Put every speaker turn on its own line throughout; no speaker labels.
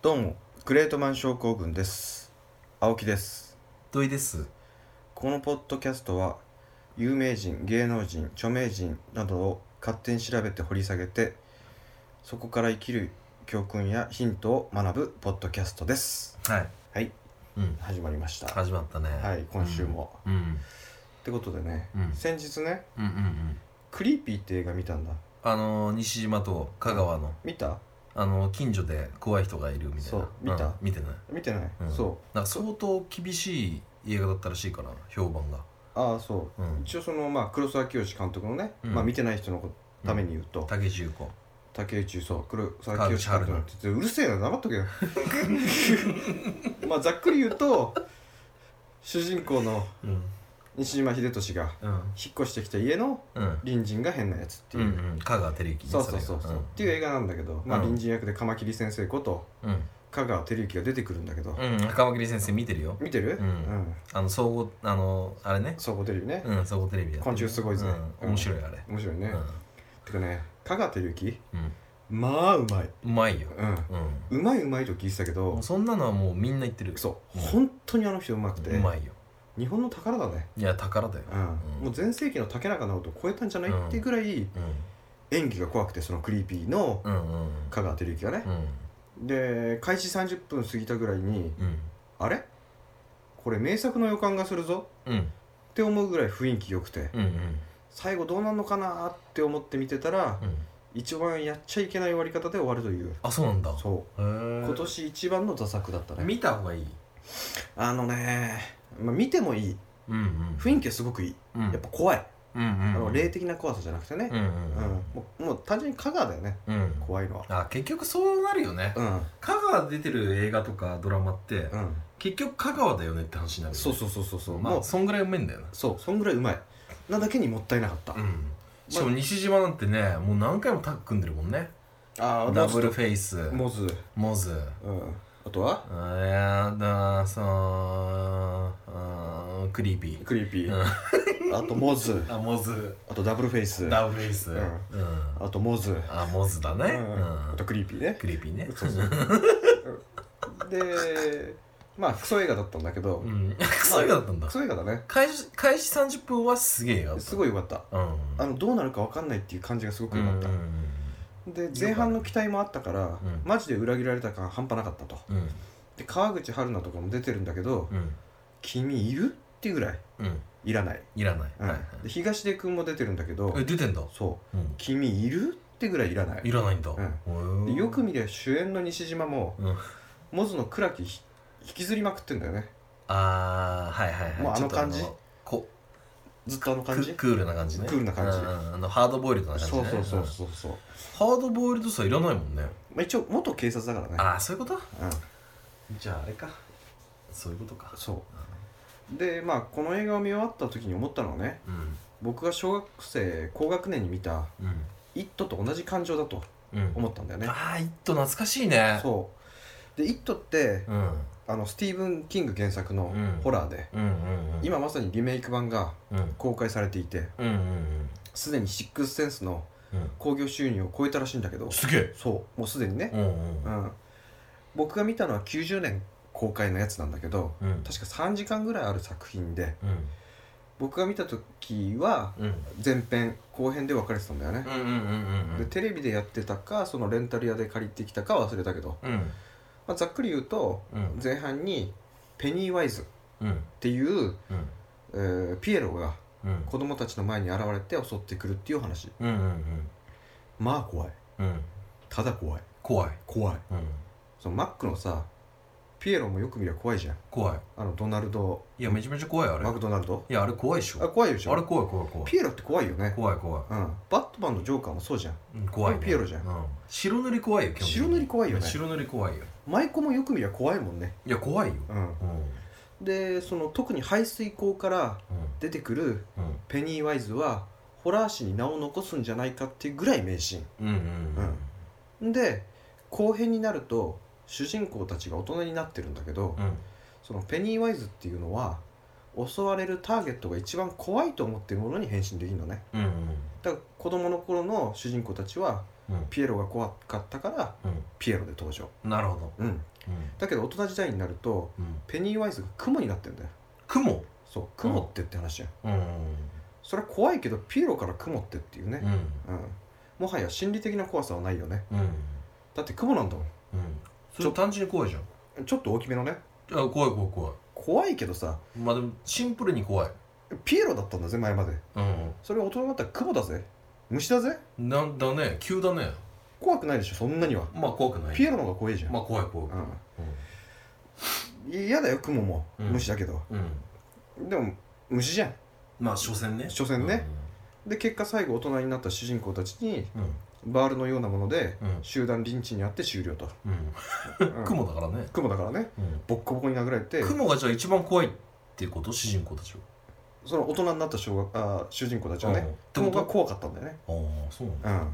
どうもグレートマン症候群です青木です
土井です。
このポッドキャストは有名人芸能人著名人などを勝手に調べて掘り下げてそこから生きる教訓やヒントを学ぶポッドキャストです
はい。
はい
うん。
始まりましたは
始まったね。
い今週も、
うん。うん。
ってことでね、
うん
先日ね
うんうんうん。
クリーピーって映画見たんだ
あのー、西島と香川の、
見た
あのー、近所で怖い人がいるみたいな。
そう見た
ん見てない。
見てない、
うん
そう
なんか相当厳しい映画だったらしいから、評判が。
ああそう
うん。
一応そのまあ黒沢清監督のね、
うん
まあ見てない人のために言うと、
竹重子。
竹内そう黒沢清監督のってうるせえな黙っとけ よまあざっくり言うと主人公の
うん。
西島秀俊が
うん。
引っ越してきた家の
うん。
隣人が変なやつって
う
いう、
んうん。香川照之ね
そうそうそうそう、
れが
っていう映画なんだけど、まあ、
うん
隣人役でカマキリ先生こと
うん。
香川照之が出てくるんだけど、
うん。うん。袴切先生見てるよ。
見てる
うんあの、総合、あのー、あれね。
そうこ出るよね、
うん、総合テレビやってる。
昆虫すごいぜ
うん。面白い、あれ。
面白いね、てかね香川照之
うん。うん
まあうまい、
うまいよ。
う
う
ん、
ん。
うまいうまいと聞いてたけど、
もうそんなのはもうみんな言ってる
そう
うん
本当にあの人うまくて、
うまいよ
日本の宝だね
いや宝だよ
うん、もう全盛期の竹中直人を超えたんじゃない、
うん
っていうぐらい演技が怖くてそのクリーピーの
うんうんうん
香川照之がね
う、ん
で開始30分過ぎたぐらいに
うん
あれこれ名作の予感がするぞ
うん
って思うぐらい雰囲気良くて
うんうん
最後どうなんのかなって思って見てたら、
うん
一番やっちゃいけない終わり方で終わるという
あそうなんだ
そ
へ
う
え
今年一番の打作だったね
見た方がいい
あのね、まあ、見てもいい
うんうん
雰囲気はすごくいい
うん
やっぱ怖い、
うんうん
あの霊的な怖さじゃなくてね
う、ん
うん
うん
もうもう単純に香川だよね
うん
怖いのは
あ結局そうなるよね
うん
香川出てる映画とかドラマって
うん、
結局香川だよねって話になるよね
そうそうそうそうそう、
ま
も
あ
う
そんぐらいうめえんだよな
そうそんぐらいうまいなだけにもったいなかった、
うんしかも西島なんてねもう何回もタッグ組んでるもんね
ああ
ダブルフェイス
モズ、
モズ
うん、あとは
あやだそううんクリーピ
クリーピ
ー、
ー、あとモズ
あモズ
あとダブルフェイス
ダブルフェイス、
う
うんん
あとモズ、
あモズだね、
う
うんん
あとクリーピーね
クリーピーね
そうそうでまあクソ映画だったんだけど、
うん そういうのだったんだ
クソ映画だね
開始開始30分はすげえよ
すごいよかった
うん
あのどうなるか分かんないっていう感じがすごく
う
よかっ
ん
た、で前半の期待もあったから、
うん
マジで裏切られた感半端なかったと
うん
で川口春奈とかも出てるんだけど、
うん
君いるっていうぐらい
うん
いらない、
いらない、
うん
はいはい
で東出君も出てるんだけど
え出てんだ、
そう
うん
君いるってぐらいいらない
いらないんだ、
ん
へ
で
え
よく見りゃ主演の西島も
うん
モズの倉木ひ引きずりまくってんだよね
ああはいはいはい
もうあの
ちょっと
感じ
こ
ずっとあの感じ
ククールな感じね
クールな感じ
うんうんうんあのハードボイルドな感じ
そ
ね
うそうそうそうそう、
ハードボイルドさいらないもんね
まあ、一応元警察だからね
ああそういうこと
うん、
じゃああれかそういうことか
そうでまあこの映画を見終わった時に思ったのはね
うん
僕が小学生高学年に見た
うん
「イット!」と同じ感情だと
うん
思ったんだよね
ああイット懐かしいね
そうで「イット!」って
うんうん
あのスティーブン・キング原作の
うん
ホラーで、
うんうん
今まさにリメイク版が
うんうん
公開されていて
うんうん
すでにシックスセンスの
うん
興行収入を超えたらしいんだけど
すげえ
そうもうすでにね
う、んうん
うん僕が見たのは90年公開のやつなんだけど
うん
確か3時間ぐらいある作品で
うん
僕が見た時は
うん
前編後編で分かれてたんだよね
う、んうんうんうん
でテレビでやってたかそのレンタル屋で借りてきたかは忘れたけど、
うん
まあ、ざっくり言うと
うん
前半にペニー・ワイズっ
うん
ていう、
うん
えーピエロが
うん
子供たちの前に現れて襲ってくるっていう話
うんうん
まあ怖い
うんうん
ただ怖い
怖い
怖い
うん
そのマックのさピエロもよく見りゃ怖いじゃん
怖い
あのドナルド
いやめちゃめちゃ怖いあれ
マクドナルド
いやあれ怖いでしょ
あ怖いでしょ
あれ怖い怖い怖い
ピエロって怖いよね
怖い怖い
うんバットマンのジョーカーもそうじゃん
うん怖いね
ピエロじゃん
うん白塗り怖いよ基本的に
白塗り怖いよね
白塗り怖いよ
舞妓もよく見りゃ怖いもんね
いや怖いよ
うん
うん
でその特に排水溝から出てくる
うん
ペニー・ワイズはホラー史に名を残すんじゃないかっていうぐらい名シ
うんうん
うんーンで後編になると主人公たちが大人になってるんだけど、
うん
そのペニー・ワイズっていうのは襲われるターゲットが一番怖いと思ってるものに変身できるのね
うんうん
だから子供の頃の主人公たちは
うん
ピエロが怖かったから
う
ピエロで登場、
んなるほど
うん、
うん
だけど大人時代になると
うん
ペニーワイズが雲になってんだよ
雲
そう雲ってって話やん、
うん
それは怖いけどピエロから雲ってっていうね
う、ん
うんもはや心理的な怖さはないよね
うん
だって雲なんだも
うんそれ単純に怖いじゃん
んちょっと大きめのね
あ怖い怖い怖い
怖いけどさ
まあでもシンプルに怖い
ピエロだったんだぜ前まで
う
それ大人になったら雲だぜ虫だぜ
んなんだね急だね
怖くないでしょそんなには
まあ怖くない
ピエロの方が怖いじゃん、
まあ怖い怖い
うん嫌だよ雲も
うん
虫だけど、
うん、うん、
でも虫じゃん
まあ所詮ね
所詮ねで結果最後大人になった主人公たちに
うん
バールのようなもので
うん
集団リンチにあって終了と、
うん
うん
雲だからね
雲だからね
うん
ボッコボコに殴られて
雲がじゃあ一番怖いっていうこと主人公たちを
その大人になった小学あー主人公たちはね、雲が
あ
怖かったんだよね、
あーそうなん
う
だ
ん、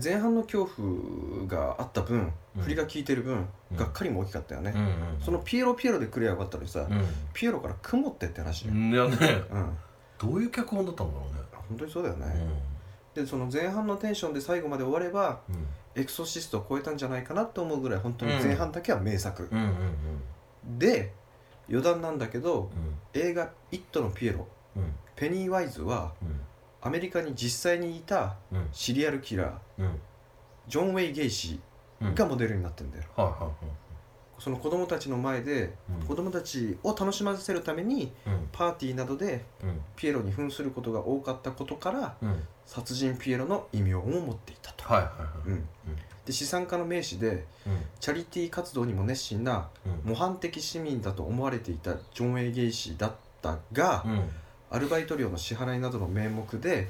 で前半の恐怖があった分、
うん
振りが効いてる分、
うん
がっかりも大きかったよね、
うんうんうん
そのピエロピエロで来りゃよかったのにさ、
う
ピエロから雲ってって話、うん
んいやね
本
どういう脚本だったんだろ
当にそうだよ
うね
ね、でその前半のテンションで最後まで終われば
うんうん
エクソシストを超えたんじゃないかなと思うぐらい本当に前半だけは名作、
うんうん
で余談なんだけど
うん
映画「イット!」のピエロ
うん
ペニー・ワイズは
う
アメリカに実際にいた
んうん
シリアルキラー
うん
ジョン・ウェイ・ゲイシ
うん
ーがモデルになってんだよ、
はいはいはい
その子供たちの前で
うん
子供たちを楽しませるために
うん
パーティーなどで
うん
ピエロに扮することが多かったことから
うん
殺人ピエロの異名を持っていたと、
はいはいはい
うん、で資産家の名士で
うん
チャリティー活動にも熱心な模範的市民だと思われていたジョン・ウェイ・ゲイシーだったが、
うんうん
アルバイト料の支払いなどの名目で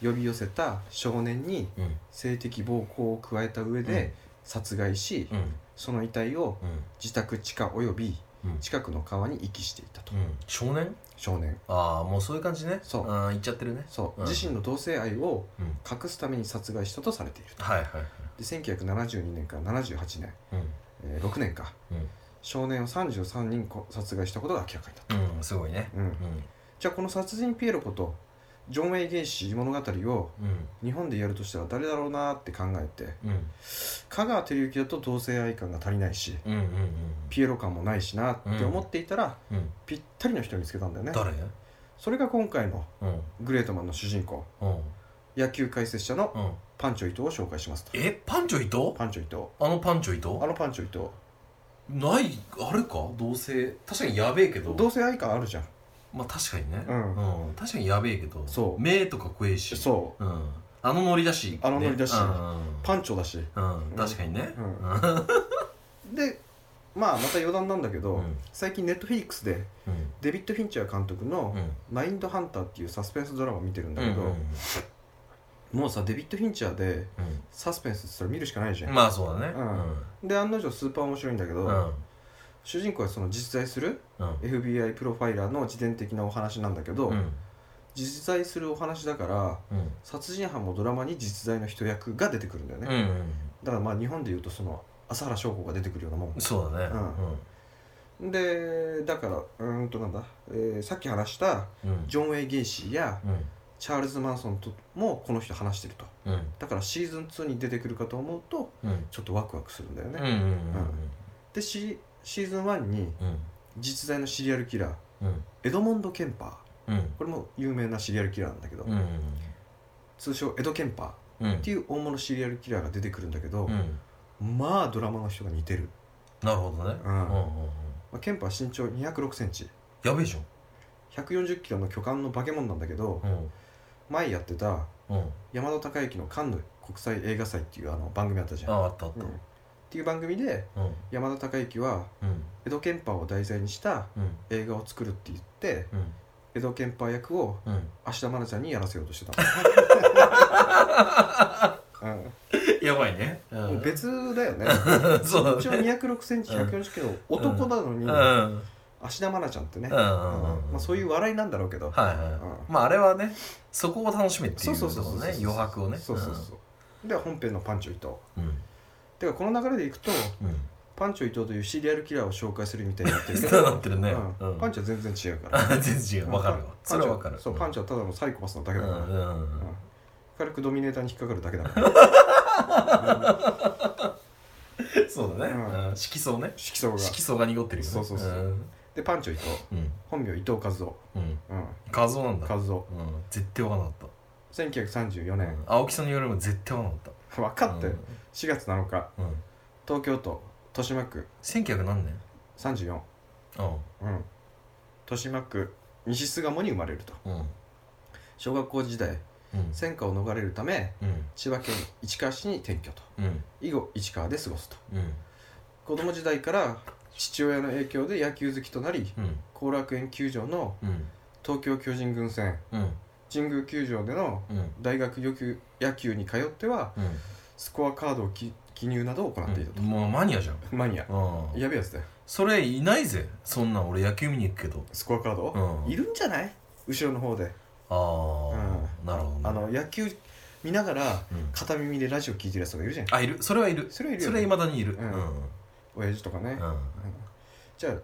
呼び寄せた少年に
うん
性的暴行を加えた上で殺害し、
うん
その遺体を
うん
自宅地下および
うん
近くの川に遺棄していたと、
うん少年
少年
ああもうそういう感じね
そう
ああ言っちゃってるね
そう、
うん
自身の同性愛を
うん
隠すために殺害したとされていると
はいはいはい
で1972年から78年、
う
えー6年か
うん
少年を33人こ殺害したことが明らかになった、
んうんすごいね
うん
うん
じゃあこの殺人ピエロことジョン・ウェイ・ゲイシー物語を
うん
日本でやるとしたら誰だろうなって考えて
うん
香川照之だと同性愛感が足りないし
うんうんうん
ピエロ感もないしなって思っていたら、
うん
ぴったりの人を見つけたんだよね
誰
それが今回の
うん
グレートマンの主人公
うん
野球解説者の
うん
パンチョ伊藤を紹介しますと
えパンチョ伊藤
パンチョ伊藤
あのパンチョ伊藤
あのパンチョ伊藤
ないあれか同性確かにやべえけど
同性愛感あるじゃん
まあ確かにね
う
うん確かにやべえけど
そう
目とか怖えし
そ
うんあのノリだし
あのノリだし
ねうん
うパンチョだし
うん確かにね
う
うん
ん
うん
でまあまた余談なんだけど、
うん
最近ネットフィリックスでデビッド・フィンチャー監督の
うん
「マインドハンター」っていうサスペンスドラマ見てるんだ
う
けど、
ん
もうさデビッド・フィンチャーで
うん
サスペンスって言ったら見るしかないじゃん、
まあそうだね
うんで案の定スーパー面白いんだけ
う
ど、
んうん
主人公はその実在する
うん
FBI プロファイラーの自伝的なお話なんだけど、
うん
実在するお話だから
うん
殺人犯もドラマに実在の人役が出てくるんだよね、
うん
だからまあ日本でいうとその朝原彰晃が出てくるようなも
そうだね
んでだからうーんとなんだ、えーさっき話した
うんうん
ジョン・ウェイ・ゲイシーや
うん
チャールズ・マンソンともこの人話してると
うん
だからシーズン2に出てくるかと思うと
うん
ちょっとワクワクするんだよね、
うんうんうん
でシシーズン1に
うん
実在のシリアルキラー
うん
エドモンド・ケンパー
うん
これも有名なシリアルキラーなんだけど、
うんうん
通称エド・ケンパー
うん
っていう大物シリアルキラーが出てくるんだけど
う、ん
まあドラマの人が似てる、
なるほどね
う
うんん
ま
うんうん
あ、ケンパー身長2 0 6センチ
やべえじゃ
1
ん
4 0キロの巨漢の化け物なんだけど
うん
前やってた
うん
山田孝之のカンヌ国際映画祭っていうあの番組あったじゃ
あ
ん、
あったあっ
うん
た
っていう番組で
うん
山田孝之は
うん
江戸ケンパーを題材にした
うん
映画を作るって言って
うん
江戸ケンパー役を
うん
芦田愛菜ちゃんにやらせようと してたの、うん
やばいねう
もうん別だよね
そう
一応
だね
206センチ1 4 0キロ男なの
う
に
んうん
芦田愛菜ちゃんってね、
うん
うんまあ、そういうう笑いなんだろうけど、
はいはい
うん
まああれはねそこを楽しめって
そ
いうう
そうそう
と
そう
ころね余白をね
そうそうそう、では本編のパンチョ伊藤
うん
てかこの流れでいくと
うん
パンチョ伊藤というシリアルキラーを紹介するみたいになってるけ
そう
ど
なってるね
うん
うん
パンチは全然違うから
あ全然違うわかるわ
パンチ
そ
ョ
れはわかる
そうパンチョはただのサイコパスなだ
う
け
ん
だ
う
から、
んうん
うん軽くドミネーターに引っかかるだけだから うん
そうだね、
うん
うん色相ね
色相が
色相が濁ってるよね
そうそうそうでパンチョ伊藤
うん
本名伊藤和夫
うん、うん、
うん
画像なんだ
和夫
うん、絶対分からなかっ
1934
た、
年
うん、青木さんの夜も絶対分からなか
分
った
かって
うん
4月7日
うん、
東京都豊島区
1900何年
34
う
うん豊島区西巣鴨に生まれると
んうん
小学校時代
うん
戦火を逃れるため
うん
千葉県市川市に転居と
うん
以後市川で過ごすと
うん
子供時代から父親の影響で野球好きとなり
うん
後楽園球場の
うん
東京巨人軍戦
うん
神宮球場での
うん
大学野球野球に通っては
うん
スコアカードをき記入などを行っていたと、
もうマニアじゃん
マニア
うん
やべえやつだよ
それいないぜそんなん俺野球見に行くけど
スコアカード、
うん
いるんじゃない後ろの方で
ああなるほどね
あの野球見ながら
うん
片耳でラジオ聞いてるやつとかいるじゃん
あいるそれはいる
それはいる
そ
よ、
れ
ね、
はいまだにいる
う
うんん
親父とかね、うん
う
じゃあ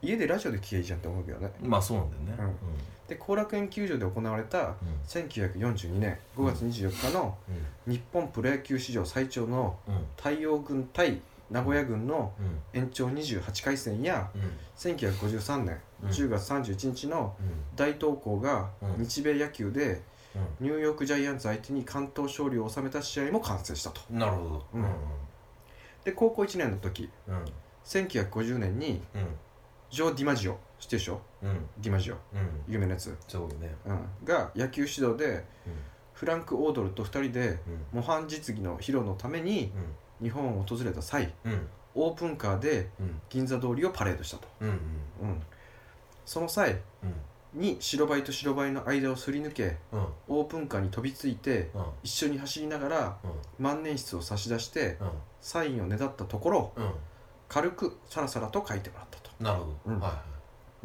家でラジオで聞けばいいじゃんって思うけどね
んまあそうなんだよね
で後楽園球場で行われた
うん
1942年5月24日の日本プロ野球史上最長の
うんうん
太陽軍対名古屋軍の
うん
延長28回戦や
うん
1953年
うん
10月31日の大東校が
うん
日米野球で
うん
ニューヨークジャイアンツ相手に関東勝利を収めた試合も完成したと
うんなるほど
うんで高校1年の時
うん
1950年に
うん
ジョー・ディマジオ知ってるでしょ
うん
ディマジオ
うん
有名なやつ、
そうだね
うん、が野球指導でフランク・オードルと2人で
うん
模範実技の披露のために
うん
日本を訪れた際
うん
オープンカーで
うん
銀座通りをパレードしたと、
うんうん
うん、その際
うん
に白バイと白バイの間をすり抜け
うん
オープンカーに飛びついて
うん
一緒に走りながら
うん
万年筆を差し出して
うん
サインをねだったところ
うん
軽くさらさらと書いてもらったと
なるほ
うん
どは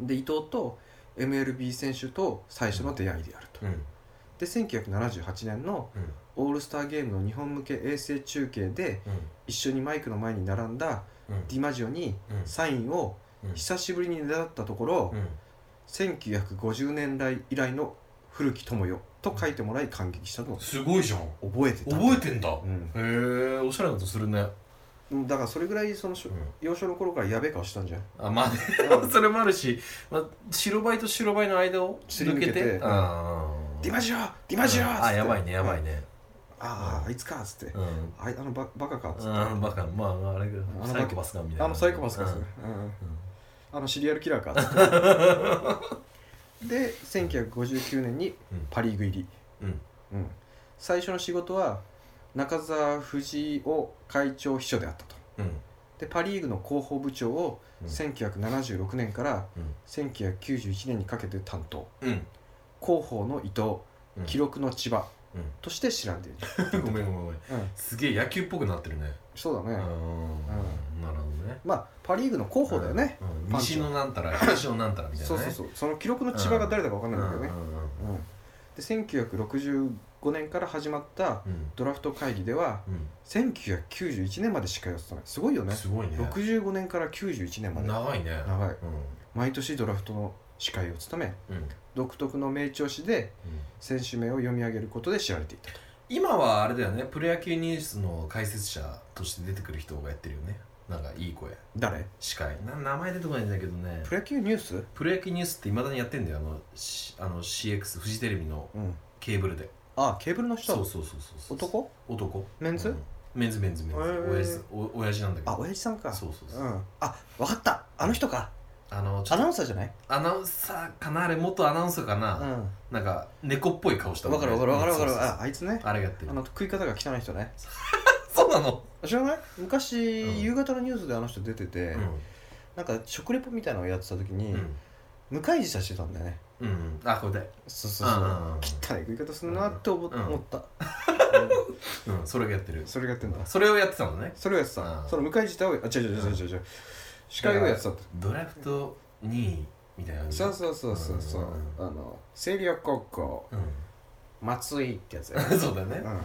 で伊藤と MLB 選手と最初の出会いであると
いうん
で1978年の
うん
オールスターゲームの日本向け衛星中継で
うん
一緒にマイクの前に並んだ
うん
ディマジオに
うん
サインを
うん
久しぶりにねだったところ
うん
1950年来以来の古木智代と書いてもらい感激したのを
すごいじゃん
覚えてた
覚えてんだへ
うん
えおしゃれなことするね
うんだからそれぐらいそのしょ幼少の頃からやべえ顔してたんじゃん
あまあね
うん
それもあるし、まあ、白バイと白バイの間を
すり抜けてうん
あ
ディマジオディマジオ
あやばいねやばい
ね
ね
あああいつかっつって
うん
あいあのババカかっつって
あのバカまあまああれが
あのバカ
サイコパスかみたいな
あのサイコパスかっつってうんあのシリアルキラーかっつって で1959年にパ・リーグ入り、
うんうん
うん最初の仕事は中澤藤夫会長秘書であったと
うん
でパ・リーグの広報部長を
うん
1976年から
うん
1991年にかけて担当
うん
広報の伊藤
うん
記録の千葉
うん
として知らんでいる、
ごめんごめんごめん
うん、
すげえ野球っぽくなってるね
そうだ
うん
ね、
なるほどね
まあパ・リーグの広報だよね、
うん
パンチ
西のなんたら東のなんたらみたいな
そうそうそうその記録の千葉が誰だか分かん
う
ない
ん
んだけ
うん
ど
う
ね、うん、
ん
で1965年から始まった
うん
ドラフト会議では
う
1991年まで司会を務めすごいよ
ん
ね
すごいね
65年から91年まで
長いね
長い
うん
毎年ドラフトの司会を務め
うんうん
独特の名調子で選手名を読み上げることで知られていたと
今はあれだよねプロ野球ニュースの解説者として出てくる人がやってるよねなんかいい声
誰
司会な名前出てこないんだけどね
プロ野球ニュース
プロ野球ニュースっていまだにやってんだよあのしあの CX フジテレビの
うん
ケーブルで
あケーブルの人
そうそうそうそう
男
男
メンズ
うんメンズメンズメンズ
へー
親父お親父なんだけど
あ親父さんか
そうそうそう、
んあわかったあの人か
あのちょ
ア
っと
ナウンサーじゃない
アナウンサーかなあれ元アナウンサーか
う
な、
ん
なんか猫っぽい顔した
わかるわかるわかるわかる
そうそうそう
ああいつね
あれやってる
あの食い方が汚い人ね
そうなの、
知らない昔、
うん
夕方のニュースであの人出てて、なんか食レポみたいなのをやってた時に、
うんうん
向かい自社してたんだよね
うんうんあこれで
そうそうそう
うんうんうん
汚い食い方するなって思,、
うん
思った、
うん、それがやってる
うんそれがやってんだ
それをやってたのね
それをやってた
うん
その向かい自社をあ違う違う違う違う違う司会をやってたって
ドラフト2位みたいな感じ
そうそうそうそうそう
うんうん
あの星稜高校
う、
松井ってやつや
ん、 そうだよね、
うん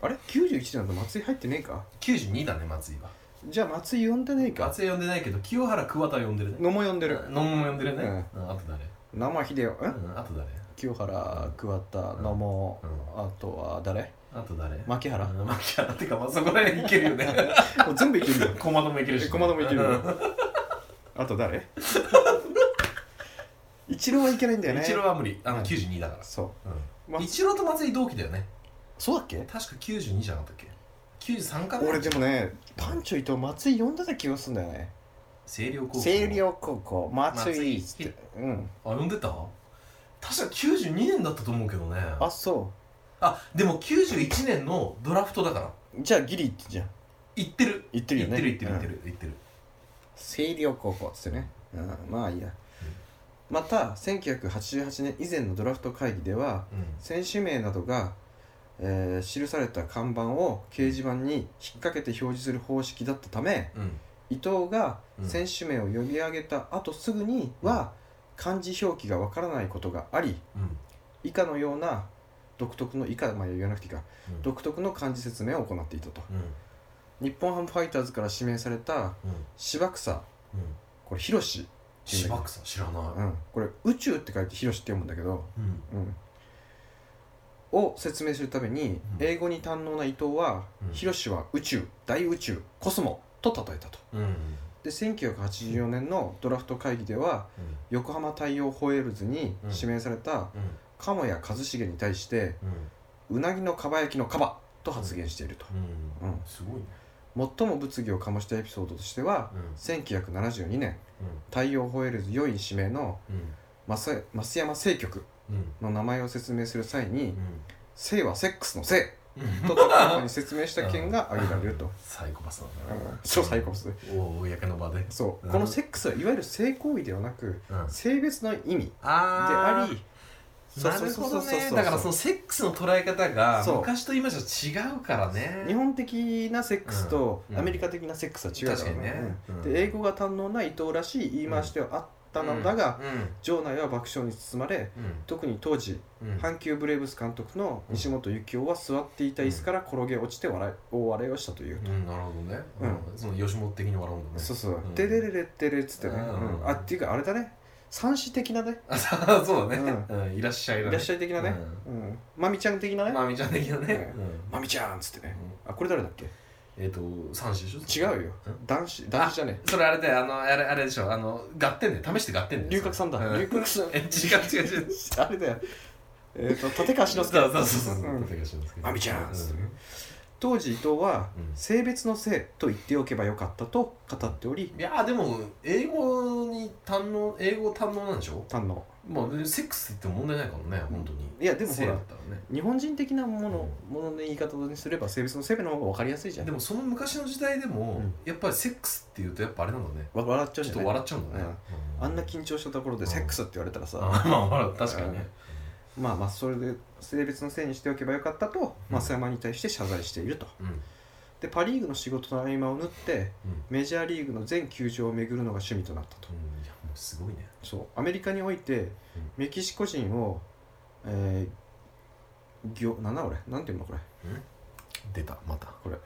あれ91年だと松井入ってねえか
92だね松井は
じゃあ松井呼んでねえか
松井呼んでないけど清原桑田は呼んでるね
野も呼んでる
野茂も呼んでるね、うん、あと誰
生秀夫ん
うんあと誰
清原桑田野茂
うん
あとは誰
あと誰
牧原
うん牧原ってかまあそこら辺いけるよ ね
もう全部いけるよ
コマドもいけるし、
え駒田もいけるよ
うん
あと誰 一郎はいけないんだよね
一郎は無理あの
うん
92だから
そ
うん、
ま
一郎と松井同期だよね
うそうだっけ
確か92じゃなかったっけ93かな
俺でもねパンチョ伊藤松井呼んでた気がするんだよね
星稜高校
星稜高校松井っつって
松
うん
あ呼んでた確か92年だったと思うけどね
あそ
あでも91年のドラフトだから
うじゃあギリってじゃん
行ってる
言ってる
行
よ
っ
ね
てる行ってる行って
うん
る行ってる
星稜高校っつってね、うん、まあいいやまた1988年以前のドラフト会議では
うん
選手名などが、えー記された看板を掲示板に引っ掛けて表示する方式だったため
うん
伊藤が
うん
選手名を呼び上げた後すぐには漢字表記がわからないことがあり
うん
以下のような独特の以下まあ言わなくていいか
うん
独特の漢字説明を行っていたと
うん
日本ハムファイターズから指名された
うん
芝草
うん
これ広志、
芝草知ら
う
ない
ん、これ宇宙って書いて広志って読むんだけど、
うん
うん、を説明するために
うん
英語に堪能な伊藤は
うん
広志は宇宙大宇宙コスモと称えたと
うんうん
で1984年のドラフト会議では横浜太陽ホエールズに指名された
うん
鴨谷一茂に対して
うん
うなぎのかば焼きのかばと発言していると
うん
うん
すごいね
最も物議を醸したエピソードとしては
うん
1972年太陽ホエールズ4位指名の
うん
増増山正局
うん
の名前を説明する際に
うん
「性はセックスの 性」
うん
と特に説明した件が挙げられると
サイコパスなんだな
そう最高ですね
お公の場で
そううんこのセックスはいわゆる性行為ではなく
うん
性別の意味で
あ
あ
ー
りそう
な
そう
る
そう
ほ
そう
ど
そう
ねだからそのセックスの捉え方が
そう
昔と今じゃ違うからね
日本的なセックスと
うん
アメリカ的なセックスは違うからね
確かにね
うんで英語が堪能な伊藤らしい言い回しではあったのだが場内は爆笑に包まれ
うんうん
特に当時
うんうん
阪急ブレーブス監督の西本幸雄は座っていた椅子から転げ落ちて笑い大笑いをしたという
うんなるほどね
うん
うんその吉本的に笑うんだね
そうそう
うん
「テレレレテレ」っつってね
うん
うんあっていうかあれだね三子的なね
あそうそうだねうんいらっしゃい
い
だ
らっ
ね
しゃい的なねうんまみちゃん的な
うん
ね
まみちゃん的なね
う
うん
まみちゃんっつってね
う
あこれ誰だっけ
んえっと三子でしょ
違うよ
ん
男子男子じゃね
それあれだよあのあれあれでしょあの合点で試して合点
え
で
龍角さんだ龍角さん
え違う違う違う
あれだよ。えっ、と、立川志の
そうそ
輔。
うそうそう
うん
立川志の輔
まみちゃん
う
当時伊藤は、
うん
性別の性と言っておけばよかったと語っており、
いやーでも英語に堪能英語堪能なんでしょ
堪能。
まあでセックスって言っても問題ないからね本当に
いや、でもほ
性だ
ら
っ、たらね
日本人的なもの、ものの言い方にすれば、性別の性の方が分かりやすいじゃん
で。もその昔の時代でも、
うん
やっぱりセックスっていうとやっぱあれなんだね
わ笑っちゃう
ち
じ
ょっ
ゃん
と
ね。
笑っちゃうんだね、う
あんな緊張したところで、
うん
セックスって言われたらさ、
あまあ笑う確かにね、
まあまあ、それで、性別の性にしておけばよかったと、
うん
増山に対して謝罪していると。
うんうん
で、パ・リーグの仕事の合間を縫って、メジャーリーグの全球場を巡るのが趣味となったと。
いやもうすごいね
そうアメリカにおいてメキシコ人を、えー、ギョなんだこれなんていうのこれ
出たまた
これ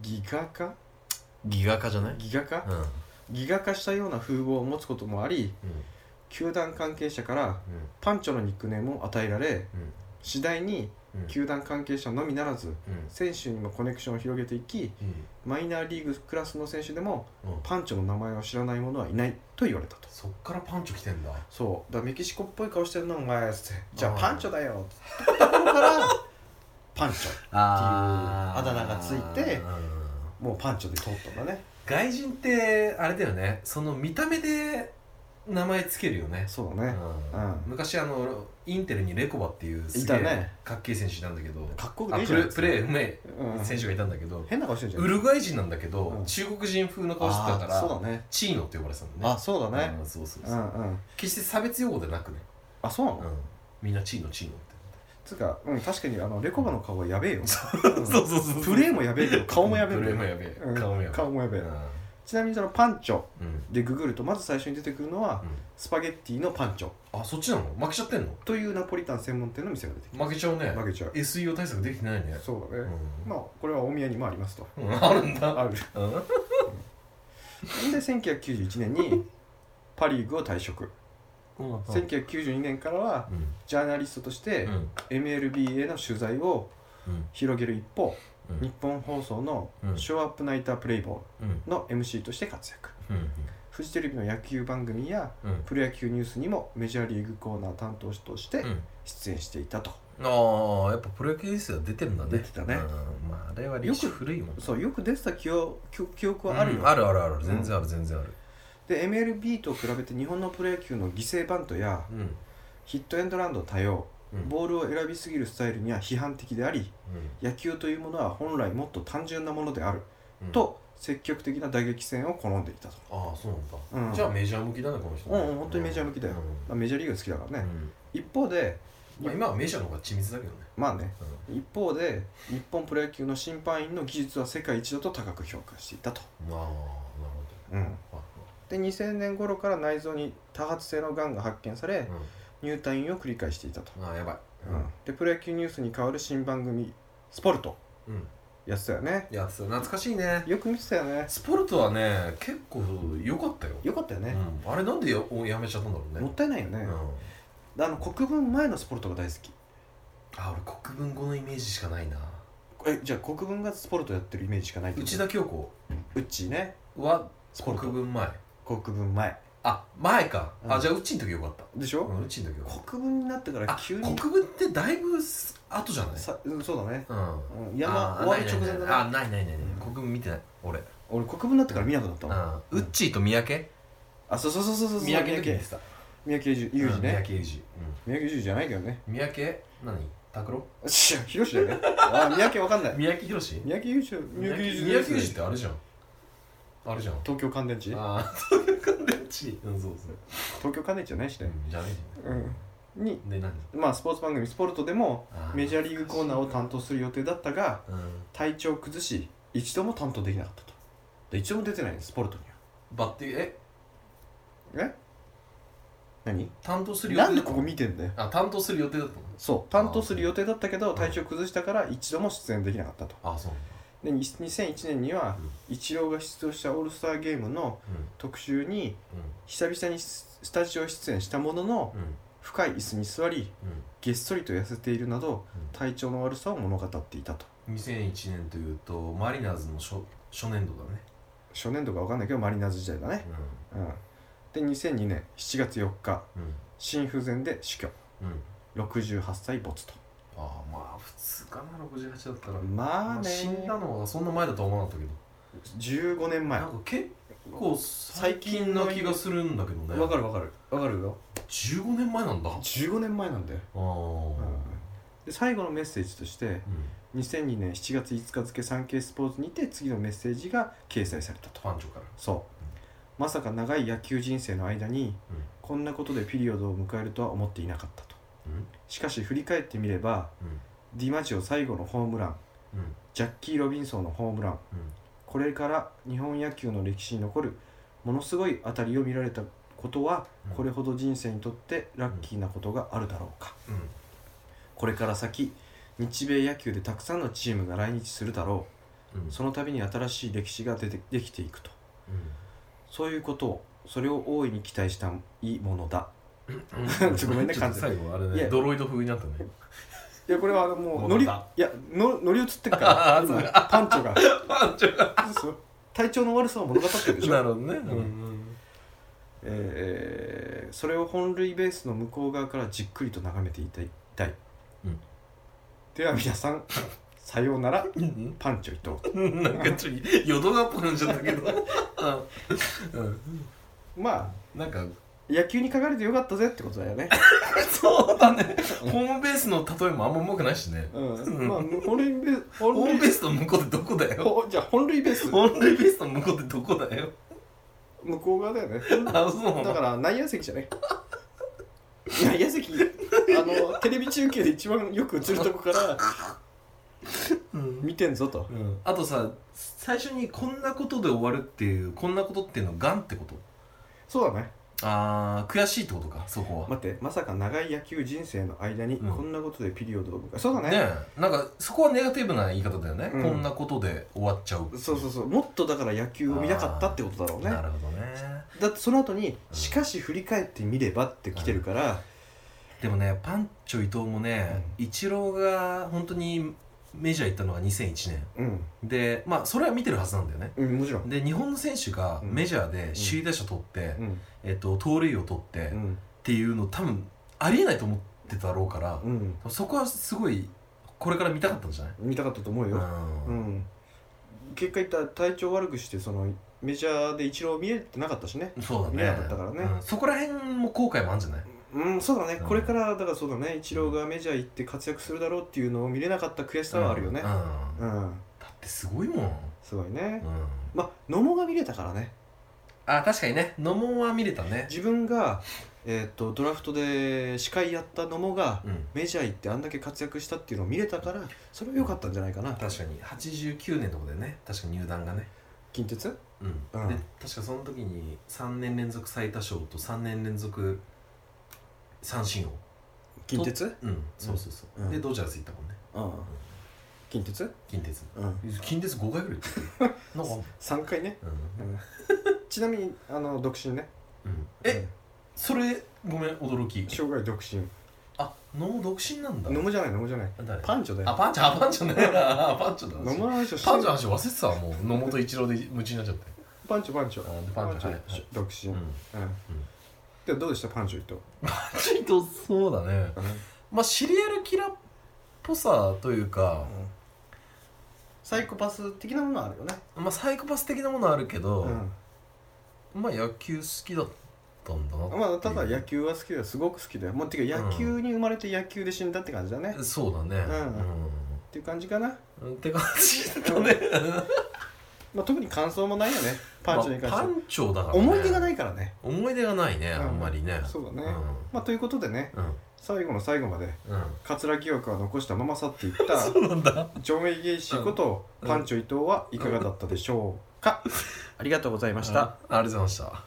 ギガ化
ギガ化じゃない
ギガ化
うんうん
ギガ化したような風貌を持つこともあり球団関係者からパンチョのニックネームを与えられ
うん
次第に
うん
球団関係者のみならず
うん
選手にもコネクションを広げていきマイナーリーグクラスの選手でも
うんうん
パンチョの名前を知らない者はいないと言われたと
そっからパンチョ来てんだ
そうだからメキシコっぽい顔してるなお前っつってじゃあ
あー
パンチョだよってところからパンチョあだ名がついて
うん
もうパンチョで通ったんだね
外人ってあれだよねその見た目で名前つけるよね、
そうだね
うん
うん
昔あのインテルにレコバっていうすげ
いたね
えかっけえ選手なんだけど、
かっこよく
あ
ねえじ
プ
ゃん
レプレーうめ
う
え
ん
選手がいたんだけど、
変な顔してるじゃん
ウルグアイ人なんだけど、
うん
中国人風の顔して
あ
たか
ーそう
ら
だね
チーノって呼ばれてたんだね
あそうだね
うんそうそう
う
そうん
うん
決して差別用語でなくね、
あそうな
うん
の
みんなチーノチーノって
つうかうん確かにあのレコバの顔はやべえようん
そうそうそう
プレーもやべえけど顔もやべえ
プレーも
よ
やべえ、
うん
顔もやべえ
顔もやべえ
うん
ちなみにそのパンチョ
うん
でググるとまず最初に出てくるのは
うん
スパゲッティのパンチョ
あそっちなの負けちゃってんの
というナポリタン専門店の店が出てき
負けちゃうね
た負けちゃう
SEO 対策できてないね
そうだね
うん
まあこれは大宮にもありますと
うんあるんだ
ある
うん
で1991年にパ・リーグを退職
うんうん
1992年からはジャーナリストとして
うん
MLB への取材を
うん
広げる一方
うん
日本放送の
う
「
ん
ショーアップナイタープレイボー
うん
ル」の MC として活躍
うん
フジテレビの野球番組や
うん
プロ野球ニュースにもメジャーリーグコーナー担当として
うん
出演していたと、
ああやっぱプロ野球ニュースは出てるんだね
出てたね
うんまあ、あれは歴史
よく
古いもん
そうよく出てた記憶記憶はあるよ、
うんあるあるある全然ある全然ある
で MLB と比べて日本のプロ野球の犠牲バントや
うん
ヒットエンドランド多様
うん
ボールを選びすぎるスタイルには批判的であり
うん
野球というものは本来もっと単純なものである
うん
と積極的な打撃戦を好んでいたと、
ああそうなんだ、
うん
じゃあメジャー向きだねこの人ね
うんうん本当にメジャー向きだよ
うん
まあメジャーリーグ好きだからね、一方で
うんまあ、今はメジャーの方が緻密だけどね、
まあね
うん
一方で日本プロ野球の審判員の技術は世界一だと高く評価していたと、
まあなる
うん、
ほど
で2000年頃から内臓に多発性のがんが発見され
あ、
入退院を繰り返していたと、
うん、ああやばい
うん、でプロ野球ニュースに代わる新番組「スポルト
うん、うん、」
やってたよね
いやそう懐かしいね
よく見てたよね
スポルトはね結構良かったよ、
よかったよね、
うん、あれなんでややめちゃったんだろうね
もったいないよね、
うん
あの国分前のスポルトが大好き
あ俺国分語のイメージしかないな
えじゃあ国分がスポルトやってるイメージしかないってこと
内田恭子
うっちーね
は
スポルト
国分前
国分前
あ前か、
うん
あじゃあうちん時よかった
でしょ、
うんうちん時よかっ
国分になってか
た
ら
あ
急
国
に
分ってだいぶす後じゃない
さうんそうだね、
うん
うん、山終わる直前だ
な
ね
あないないないない
うん
国分見てない俺
俺国分になってから見なくなったもん
あウッチーと三宅
あそうそうそうそうそう
三宅の時
三
に見てた
宅裕二裕二
うん三
ね
宅裕
三宅裕二じゃないけどね
二うん三宅何拓郎
知らん広志だよねあ三宅わかんない
三宅宏
三宅裕二三
三
宅
宅
裕
裕
二
二
ですね
ってあれじゃんあれじゃん
東京乾電池東
ああそういう感じうんそうそう
京乾電池じゃないしね
じゃね
うんに
で何
まあスポーツ番組「スポルト」でもメジャーリーグコーナーを担当する予定だったが
ーうん
体調を崩し一度も担当できなかったとで一度も出てないんですスポルトには
バッティングえ
え何
担当する予定
な
だ
ん
っ
で
た
ここ見てんだよ
あ担当する予定だった
そう担当する予定だったけど体調崩したから一度も出演できなかったと
のあそう
でに2001年には
うん
イチローが出場したオールスターゲームの特集に
う
久々にススタジオ出演したものの
んうん
深い椅子に座り
う
げっそりと痩せているなど
うん
体調の悪さを物語っていたと
ん2001年というとマリナーズの初初年度だね
初年度か分かんないけどマリナーズ時代だね、うん、で2002年7月4日
うん
心不全で死去
うんうん
68歳没と
ああまあ普通かな68だったら
まあ
まあ
ね
死んだのはそんな前だとは思わなかったけど
15年前
なんか結構最近な気がするんだけどね
わかるわかるわかるよ
15年前なんだあ
15年前なんだよ
あうん
で最後のメッセージとして2002年7月5日付サンケイスポーツにて次のメッセージが掲載されたと
ファンチョから
そうまさか長い野球人生の間に
うん
こんなことでピリオドを迎えるとは思っていなかったと
うん
しかし振り返ってみれば
うん
ディマジオ最後のホームラン
うん
ジャッキー・ロビンソンのホームランこれから日本野球の歴史に残るものすごい当たりを見られたことは
うん
これほど人生にとってラッキーなことがあるだろうか
うんうん
これから先日米野球でたくさんのチームが来日するだろ
うん
うその度に新しい歴史が出てできていくとそういうことをそれを大いに期待したいものだ
うん
ちょっとごめんね
ち
完全に
最後あれ
いや
ねドロイド風になったね
いやこれはあのもう
も
乗
の
りい
だ
やの乗り移ってっ から
あそう
今パンチョがそう体調の悪さを物語ってるでしょ
なるほどね、
うんえーそれを本塁ベースの向こう側からじっくりと眺めていたいたい、
うん
では皆さんさようなら
うん
パンチョ伊藤
うんなんかちょっと淀川っぽくなっちゃったけどうん
ま
なんか
あ野球に書かれてよかったぜってことだよね、
そうだねホームベースの例えもあんまうまくないしね
うん、まあ本塁ベース
ホー
本
ム
塁
ベースの向こうってどこだよ
ほじゃあ本塁ベース
ホームベースの向こうってどこだよ
向こう側だよね
あそうな
だ
の
から内野席じゃない内野席あのテレビ中継で一番よく映るとこから
うん
見てんぞと
うんあとさ最初にこんなことで終わるっていうこんなことっていうのはがんってこと
そうだね
あー悔しいってことかそこは、
待ってまさか長い野球人生の間に
うん
こんなことでピリオドを迎えそうだね
ねえなんかそこはネガティブな言い方だよね、
うん
こんなことで終わっちゃう
そうそうそうもっとだから野球を見なかったってことだろうね
なるほどね
だってその後に「しかし振り返ってみれば」って来てるから、
でもねパンチョ伊藤もね、イチローが本当にメジャー行ったのが2001年
うん、
でまあそれは見てるはずなんだよね
うん、もちろん、
で日本の選手が
うん
メジャーで首位打者取って、
うん
えっと、盗塁を取って、
う
っ
ん
ていうの多分ありえないと思ってたろうから、
うん、
そこはすごいこれから見たかったんじゃない
見たかったと思うよ、う
うん
ん、結果言ったら体調悪くしてそのメジャーで一郎見えてなかったしね
そうだね
見れなかったからね
うんそこら辺も後悔もあるんじゃない
うんそうだね、
うん
これからだからそうだね一郎がメジャー行って活躍するだろうっていうのを見れなかった悔しさはあるよね
うんうん
うん、
だってすごいもん、うん、
すごいね、まあ野茂が見れたからね
あ確かにね野茂は見れたね
自分が、えー、とドラフトで司会やった野茂が
うん
メジャー行ってあんだけ活躍したっていうのを見れたからそれは良かったんじゃないかな
確かに89年とかでね確か入団がね
近鉄
うん、
うん
で確かその時に3年連続最多勝と3年連続三振王
近鉄
うんそうそうそう、
うん
でドジャース行ったもんね
うん近鉄
近鉄
うん
近鉄5回ぐら い行ったよなんか
3回ね、
う ん、
うん、ちなみにあの独身ね
うん、えそれごめん驚き
うん生涯独身
あ野茂独身なんだ
野茂じゃない野茂じゃない
誰
パンチョだ
あ
よ
パンチョあパンチョねあ パンチョだ
野茂の話をして
パンチョの話忘れてたわもう野本一郎で夢中になっちゃって
パンチョパンチョ
あでパンチョはいはい
独身
う
うんんでもどうでしたパンチョ伊藤
パンチョとそうだねまあシリアルキラーっぽさというか、
サイコパス的なものはあるよね
まあサイコパス的なものはあるけど、
うん
まあ野球好きだったんだなっていう
まあただ野球は好きだよすごく好きだよもうてか野球に生まれて野球で死んだって感じだね、っ
そうだね
うんていう感じかな、
うん、って感じだね
まあ、特に感想もないよねパンチョに関して
まあ
は、
パンチョだから、ね、
思い出がないいからね
思い出がないね、
ん
あんまりね
そうだね、
うん
まあということでね
うん
最後の最後まで
うん
桂記憶は残したまま去っていった
そうなんだ
ジョン・エイ・ゲイシーこと パンチョ伊藤はいかがだったでしょうか、ありがとうございま
明日、ありがとうございました